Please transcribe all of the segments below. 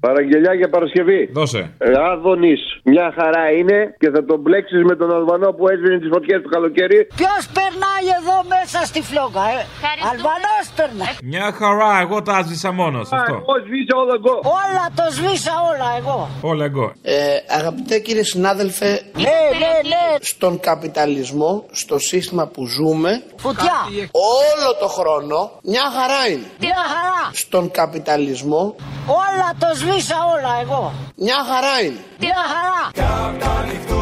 Παραγγελιά για Παρασκευή. Δώσε. Άδωνης, μια χαρά είναι και θα τον μπλέξεις με τον Αλβανό που έσβηνε τις φωτιές του καλοκαίρι. Ποιος περνάει εδώ μέσα στη φλόγα, ε. Ευχαριστούμε. Αλβανός περνάει. Μια χαρά, εγώ τα άσβησα μόνος. Α, Αυτό. Εγώ σβήσα όλα εγώ. Όλα το σβήσα όλα εγώ. Όλα εγώ. Ε, αγαπητέ κύριε συνάδελφε, Ναι, ναι, ναι. στον καπιταλισμό, στο σύστημα που ζούμε, Φωτιά. όλο το χρόνο μια χαρά είναι. Μια χαρά. Στον καπιταλισμό, Όλα το σβήσα όλα εγώ. μια χαρά είναι. Μια χαρά.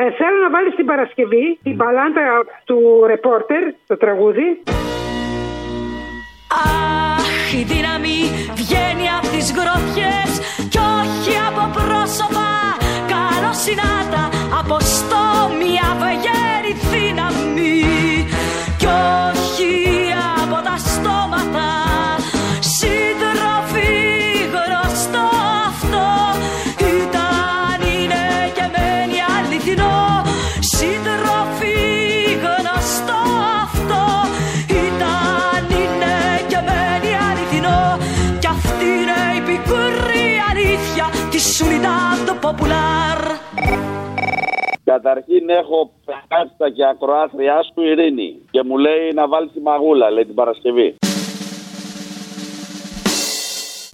Ε, θέλω να βάλει την Παρασκευή την παλάντα του ρεπόρτερ, το τραγούδι. Αχ, η δύναμη βγαίνει από τις γροθιές κι όχι από πρόσωπα Καλό συνάτα από στόμια βγαίνει η δύναμη κι όχι από τα στόματα Σύντροφοι γνωστό αυτό ήταν, είναι και μένει αληθινό Σύντροφοι γνωστό αυτό ήταν, είναι και μένει αληθινό Κι αυτή είναι η πικρή αλήθεια της Unidad Popular Καταρχήν έχω πελάτητα και ακροάτριά σου Ειρήνη και μου λέει να βάλει τη μαγούλα, λέει την Παρασκευή.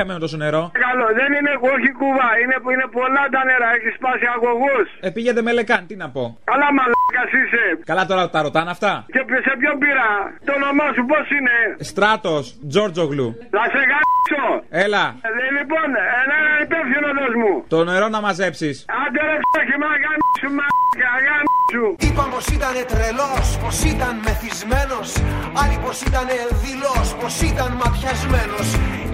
χαμένο τόσο νερό. Καλό. Δεν είναι όχι κουβά. Είναι, είναι πολλά τα νερά. Έχεις σπάσει αγωγό. Ε, πηγαίνετε με λεκάν, τι να πω. Καλά μαλάκας είσαι. Καλά τώρα τα ρωτάνε αυτά. Και πι- σε ποιον πήρα. Το όνομά σου πώς είναι. Στράτος, Τζόρτζογλου. Θα σε γαμίσω. Έλα, Ε, λοιπόν, ένα υπεύθυνο δώσ' μου. το νερό να μαζέψεις. Άντε ρε ψάχη, μα γαμίσου, μαλάκα, γαμίσου. Είπαν πως ήταν τρελός, πως ήταν μεθυσμένος Άλλοι πως ήταν δηλός, πως ήταν ματιασμένος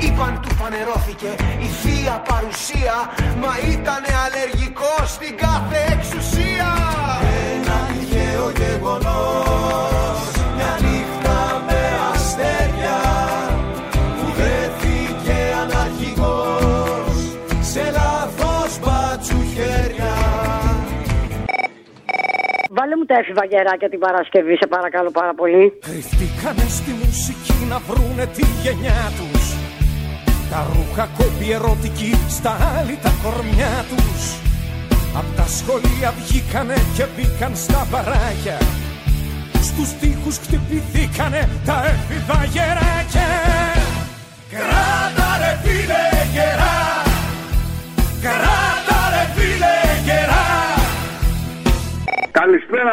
Είπαν του φανερώθηκε η θεία παρουσία Μα ήταν αλλεργικός στην κάθε εξουσία Ένα τυχαίο γεγονός Μια νύχτα με αστέρια Που βρέθηκε αναρχικός Σε λάθος μπατσουχέρια Βάλε μου τα έφηβα γεράκια την Παρασκευή, σε παρακαλώ πάρα πολύ. Κρυφτήκανε στη μουσική να βρούνε τη γενιά τους Τα ρούχα κόπη ερωτική στα άλλη τα κορμιά τους Απ' τα σχολεία βγήκανε και μπήκαν στα μπαράκια Στους τοίχους χτυπηθήκανε τα έφηβα γεράκια Κράτα ρε φίλε γερά Κράτα ρε φίλε γερά Καλησπέρα.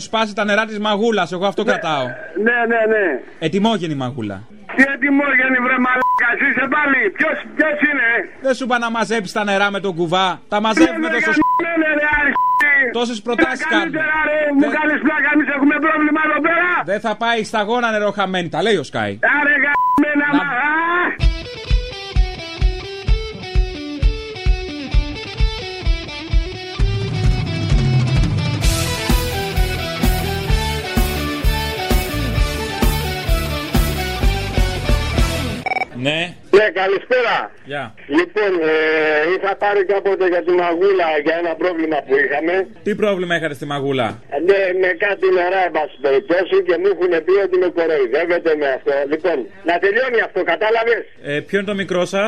σπάσει τα νερά της μαγούλας, εγώ αυτό κρατάω. Ναι, ναι, ναι. Ετοιμόγενη μαγούλα. Τι ετοιμόγενη βρε μαλάκα, είσαι πάλι. Ποιος, ποιος είναι. ε? Δεν σου είπα να μαζέψεις τα νερά με τον κουβά. Τα μαζεύουμε Ναι, τόσο. ναι, ναι, ναι, ρε, αρχή. Τόσες προτάσεις Ε, κάνουμε. Καλύτερα ρε, μου Δεν- κάνεις πλάκα, εμείς έχουμε πρόβλημα εδώ πέρα. Δεν θα πάει στα γόνα νερό χαμένη, τα λέει ο Σκάι. Άρε γαμμένα Να- μα. Α! Ναι. Ναι, καλησπέρα. Γεια. Λοιπόν, ε, είχα πάρει κάποτε για την αγούλα για ένα πρόβλημα που είχαμε. Τι πρόβλημα είχατε στη μαγούλα. Ναι, με κάτι νερά, εν πάση περιπτώσει, και μου έχουν πει ότι με κοροϊδεύετε με αυτό. Λοιπόν, να τελειώνει αυτό, κατάλαβες. Ε, ποιο είναι το μικρό σας.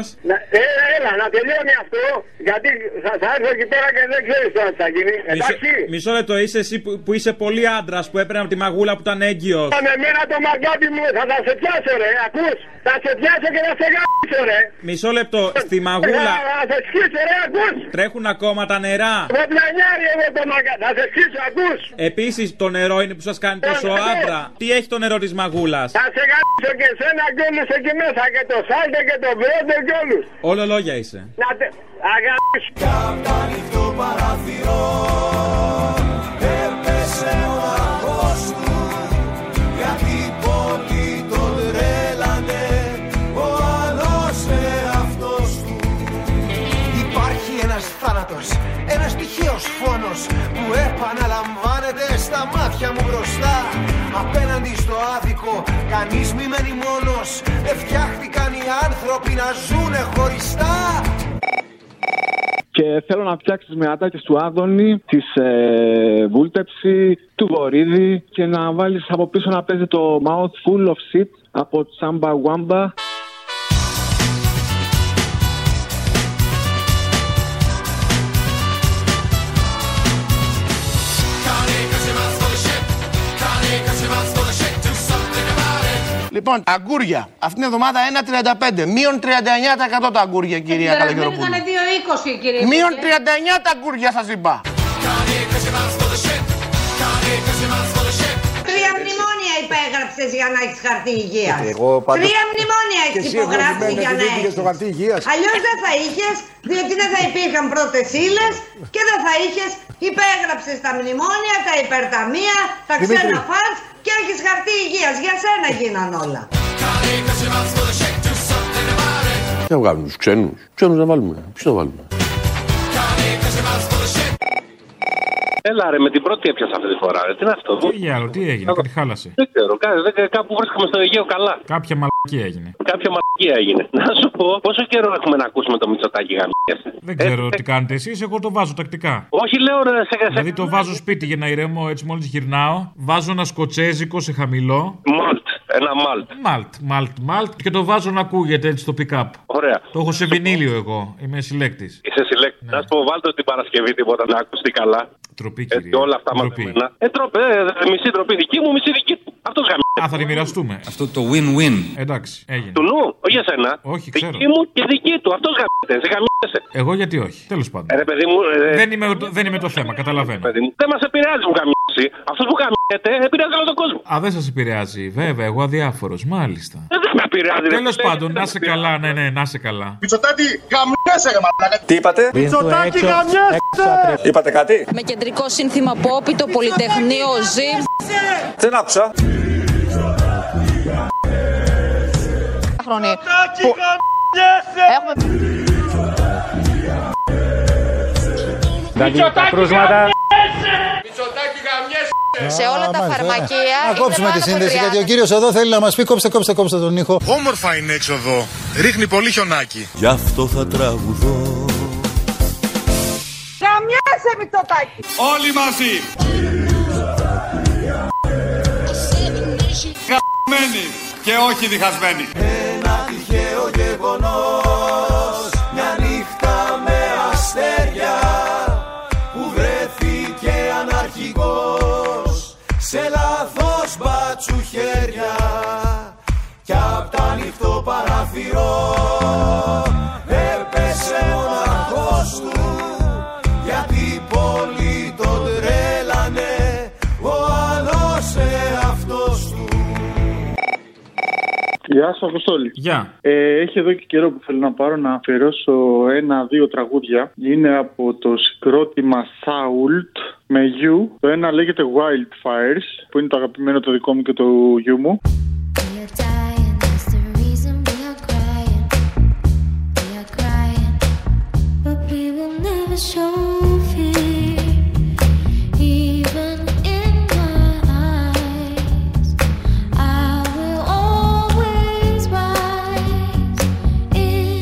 Έλα, έλα, να τελειώνει αυτό, γιατί θα, θα έρθω εκεί πέρα και δεν ξέρεις τώρα τι θα γίνει. Εντάξει. Μισό λεπτό, είσαι εσύ που, που είσαι πολύ άντρας που έπαιρνε από τη μαγούλα που ήταν έγκυος. Με εμένα το μαγκάτι μου, θα, θα σε πιάσω, ρε, ακούς. Θα σε πιάσω και θα σε γάμψω, ρε. Μισό λεπτό, στη Θα, μαγούλα θα σε σκίσω, ρε, ακούς. τρέχουν ακόμα τα νερά. Με πλανιάρι εγώ το μαγκάτι, θα σε σκίσω, ακούς. Επίσης το νερό είναι που σας κάνει τόσο Ε, ναι. άντρα. Τι έχει το νερό της μαγούλας. Θα σε γάμψω και εσένα και όλους εκεί μέσα, και το σάλτε και το βρόντε και όλους. Όλο λόγια είσαι. Να τε... Αγάπη. Έπεσε ο αγός του Γιατί πολλοί τον τρέλανε Ο άλλος εαυτός του Υπάρχει ένας θάνατος, ένας τυχαίος φόνος που επαναλαμβάνεται στα μάτια μου μπροστά. Απέναντι στο άδικο, κανείς μη μένει μόνος. Δεν φτιάχτηκαν οι άνθρωποι να ζουνε χωριστά. Και θέλω να φτιάξεις τις μεατάκες του Άδωνη, της ε, Βούλτεψη, του Βορύδη και να βάλεις από πίσω να παίζει το Mouth Full of Shit από Τσάμπα Wamba. Λοιπόν, αγκούρια. Αυτήν την εβδομάδα 1,35. Μείον 39% τα αγκούρια, κυρία Καλαγεροπούλου. 2,20 κύριε. Μείον 39 τα αγκούρια, σας είπα. Τρία μνημόνια υπέγραψες για να έχεις χαρτί υγείας. Ε, Εγώ πάντως- Τρία μνημόνια Και έχει εσύ υπογράψει εγωισμένος για να οδηγήθηκες έχει. στο χαρτί υγείας. Αλλιώς δεν θα είχες, διότι δεν θα υπήρχαν πρώτες ύλες και δεν θα είχες. Υπέγραψες τα μνημόνια, τα υπερταμεία, τα Δημήτρη. ξένα φαντ και έχεις χαρτί υγείας. Για σένα γίναν όλα. Τι να βγάλουμε τους ξένους. Ξένους να βάλουμε. Ποιος να βάλουμε. Έλα ρε, με την πρώτη έπιασα αυτή τη φορά. Ρε. Τι είναι αυτό. Τι άλλο, τι έγινε, κάτι χάλασε. Δεν ξέρω, κά- δεν- κάπου βρίσκομαι στο Αιγαίο καλά. Κάποια μαλακή έγινε. Κάποια μαλακία έγινε. Να σου πω, πόσο καιρό έχουμε να ακούσουμε το Μητσοτάκι γαμιές. ε? Δεν ξέρω τι κάνετε εσείς, εγώ το βάζω τακτικά. Όχι, λέω ρε, σε Δηλαδή το βάζω σπίτι για να ηρεμώ έτσι μόλις γυρνάω. Βάζω ένα σκοτσέζικο σε χαμηλό. Μάλτ, ένα μάλτ. Μάλτ, μάλτ, μάλτ και το βάζω να ακούγεται έτσι στο pick-up. Ωραία. Το Ναι. έχω σε βινίλιο εγώ. Είμαι συλλέκτης. Είσαι συλλέκτη. Να σου πω, βάλτε την Παρασκευή τίποτα να ακουστεί καλά. Τροπή, κύριε. Έτσι, όλα αυτά μαζεμένα. Ε, τροπή, ε, μισή τροπή δική μου, μισή δική του. Αυτός γαμιέται. Α, θα τη μοιραστούμε. Αυτό το win-win. Εντάξει, έγινε. Του νου, όχι για σένα. Όχι, ξέρω. Δική μου και δική του. Αυτός γαμιέται. Σε γαμιέσαι. Εγώ γιατί όχι. Τέλος πάντων. Ε, ρε, παιδί μου, ε, Δεν, είμαι, το- δεν είμαι το θέμα, καταλαβαίνω. Δεν μας επηρεάζει που γαμιέσαι. Αυτός που γαμιέται επηρεάζει όλο τον κόσμο. Α, δεν σας επηρεάζει, βέβαια, εγώ αδιάφορος, μάλιστα. Ε, Δεν με επηρεάζει. ρε. Τέλος πάντων, να είσαι ε, καλά, ναι, ναι, να είσαι καλά. Μητσοτάτη, γαμιέσαι ρε μαλάκα. Τι είπατε? Μητσοτάκη, γαμιέσαι. Είπατε κάτι? Με κεντρικό σύνθημα Πόπι, το Πολυτεχνείο Ζή. Δεν άκουσα. Χρονή. Που- Έχουμε... Μητσοτάκη, πρόσματα. Σε όλα τα φαρμακεία. Να κόψουμε τη σύνδεση γιατί ο κύριος εδώ θέλει να μας πει κόψτε, κόψτε, κόψτε τον ήχο. Όμορφα είναι έξω εδώ. Ρίχνει πολύ χιονάκι. Γι' αυτό θα τραγουδώ. Καμιάσαι Μητσοτάκη. Όλοι μαζί. Καμμένοι και όχι διχασμένοι. Ένα τυχαίο γεγονός Μια νύχτα με αστέρια Που βρέθηκε αναρχικός Σε λάθος μπάτσου χέρια Κι απ' τα ανοιχτό παραθυρό Έπεσε ο λαχός του Γιατί πολλοί τον τρέλανε Ο άλλος εαυτός του Γεια σα, Αποστόλη. Γεια. Ε, έχει εδώ και καιρό που θέλω να πάρω να αφιερώσω ένα-δύο τραγούδια. Είναι από το συγκρότημα Sault με You. Το ένα λέγεται Wildfires, που είναι το αγαπημένο το δικό μου και το γιου μου. I will always rise in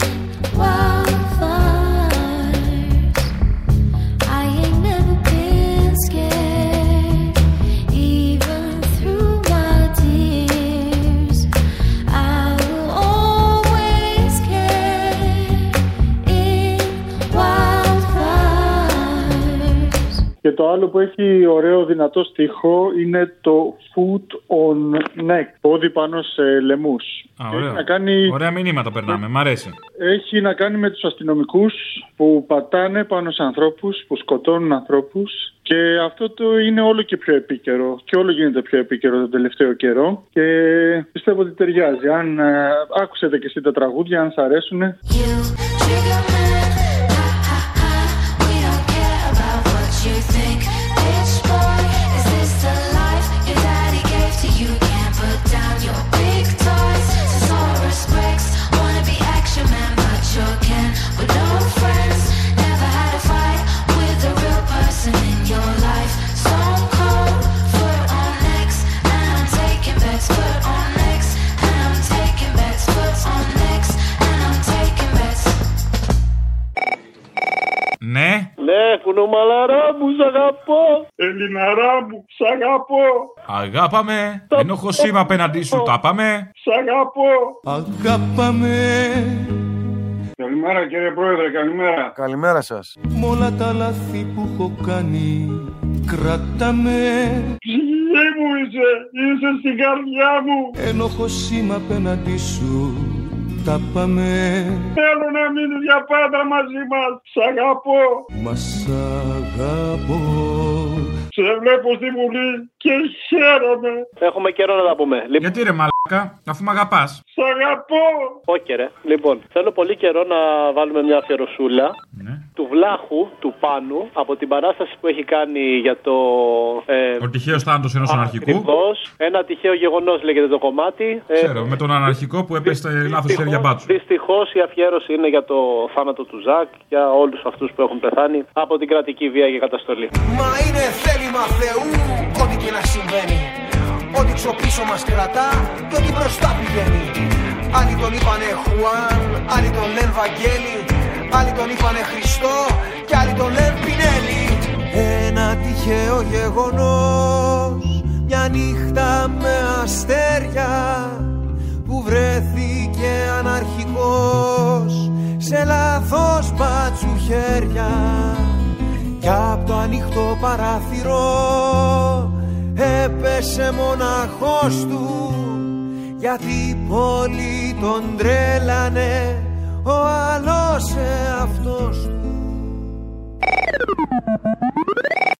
Και το άλλο που έχει ωραίο δυνατό στίχο είναι το foot on neck. Πόδι πάνω σε λαιμού. Α, Έχει ωραίο. να κάνει Ωραία μηνύματα περνάμε, μ' αρέσει. έχει να κάνει με τους αστυνομικούς που πατάνε πάνω σε ανθρώπους, που σκοτώνουν ανθρώπους και αυτό το είναι όλο και πιο επίκαιρο και όλο γίνεται πιο επίκαιρο τον τελευταίο καιρό και πιστεύω ότι ταιριάζει. Αν ε, άκουσετε και εσύ τα τραγούδια, αν σ' αρέσουνε, Ναι, Ναι, κουνομαλαρά μου, σ' αγαπώ. Ελληναρά μου, σ' αγαπώ. αγάπαμε. Ενόχω είμαι απέναντί σου, τα πάμε. Σ' αγαπώ. Αγαπάμε Καλημέρα κύριε Πρόεδρε, καλημέρα. Καλημέρα σας Μ' όλα τα λάθη που έχω κάνει Κράταμε Ψυχή μου είσαι, είσαι στην καρδιά μου. Ένοχος είμαι απέναντί σου Τα πάμε Θέλω να μείνει για πάντα μαζί μας. Σ' αγαπώ. Μας αγαπώ Σε βλέπω στη Βουλή και χαίρομαι. Έχουμε καιρό να τα πούμε. Γιατί ρε μαλάκα, αφού με αγαπάς. Σ' αγαπώ. Όχι ρε. Λοιπόν, θέλω πολύ καιρό να βάλουμε μια αφιερωσούλα Ναι. του Βλάχου, του Πάνου, από την παράσταση που έχει κάνει για το... Ε, Ο τυχαίος θάνατος ενός αναρχικού. ακριβώς. Ένα τυχαίο γεγονός λέγεται το κομμάτι. Ε, Ξέρω, με τον αναρχικό που έπεσε στα λάθος χέρια μπάτσου. Δυστυχώς η αφιέρωση είναι για το θάνατο του Ζακ, για όλους αυτούς που έχουν πεθάνει από την κρατική βία και καταστολή. Μα είναι θέλημα Θεού ό,τι και να συμβαίνει Ό,τι ξοπίσω μας κρατά και ό,τι μπροστά πηγαίνει Άλλοι τον είπανε Χουάν, άλλοι τον λένε Βαγγέλη Άλλοι τον είπανε Χριστό και άλλοι τον λένε Πινέλη Ένα τυχαίο γεγονός Μια νύχτα με αστέρια Που βρέθηκε αναρχικός Σε λάθος μπάτσου χέρια κι απ' το ανοιχτό παράθυρο έπεσε μοναχός του γιατί η πόλη τον τρέλανε ο άλλος εαυτός του.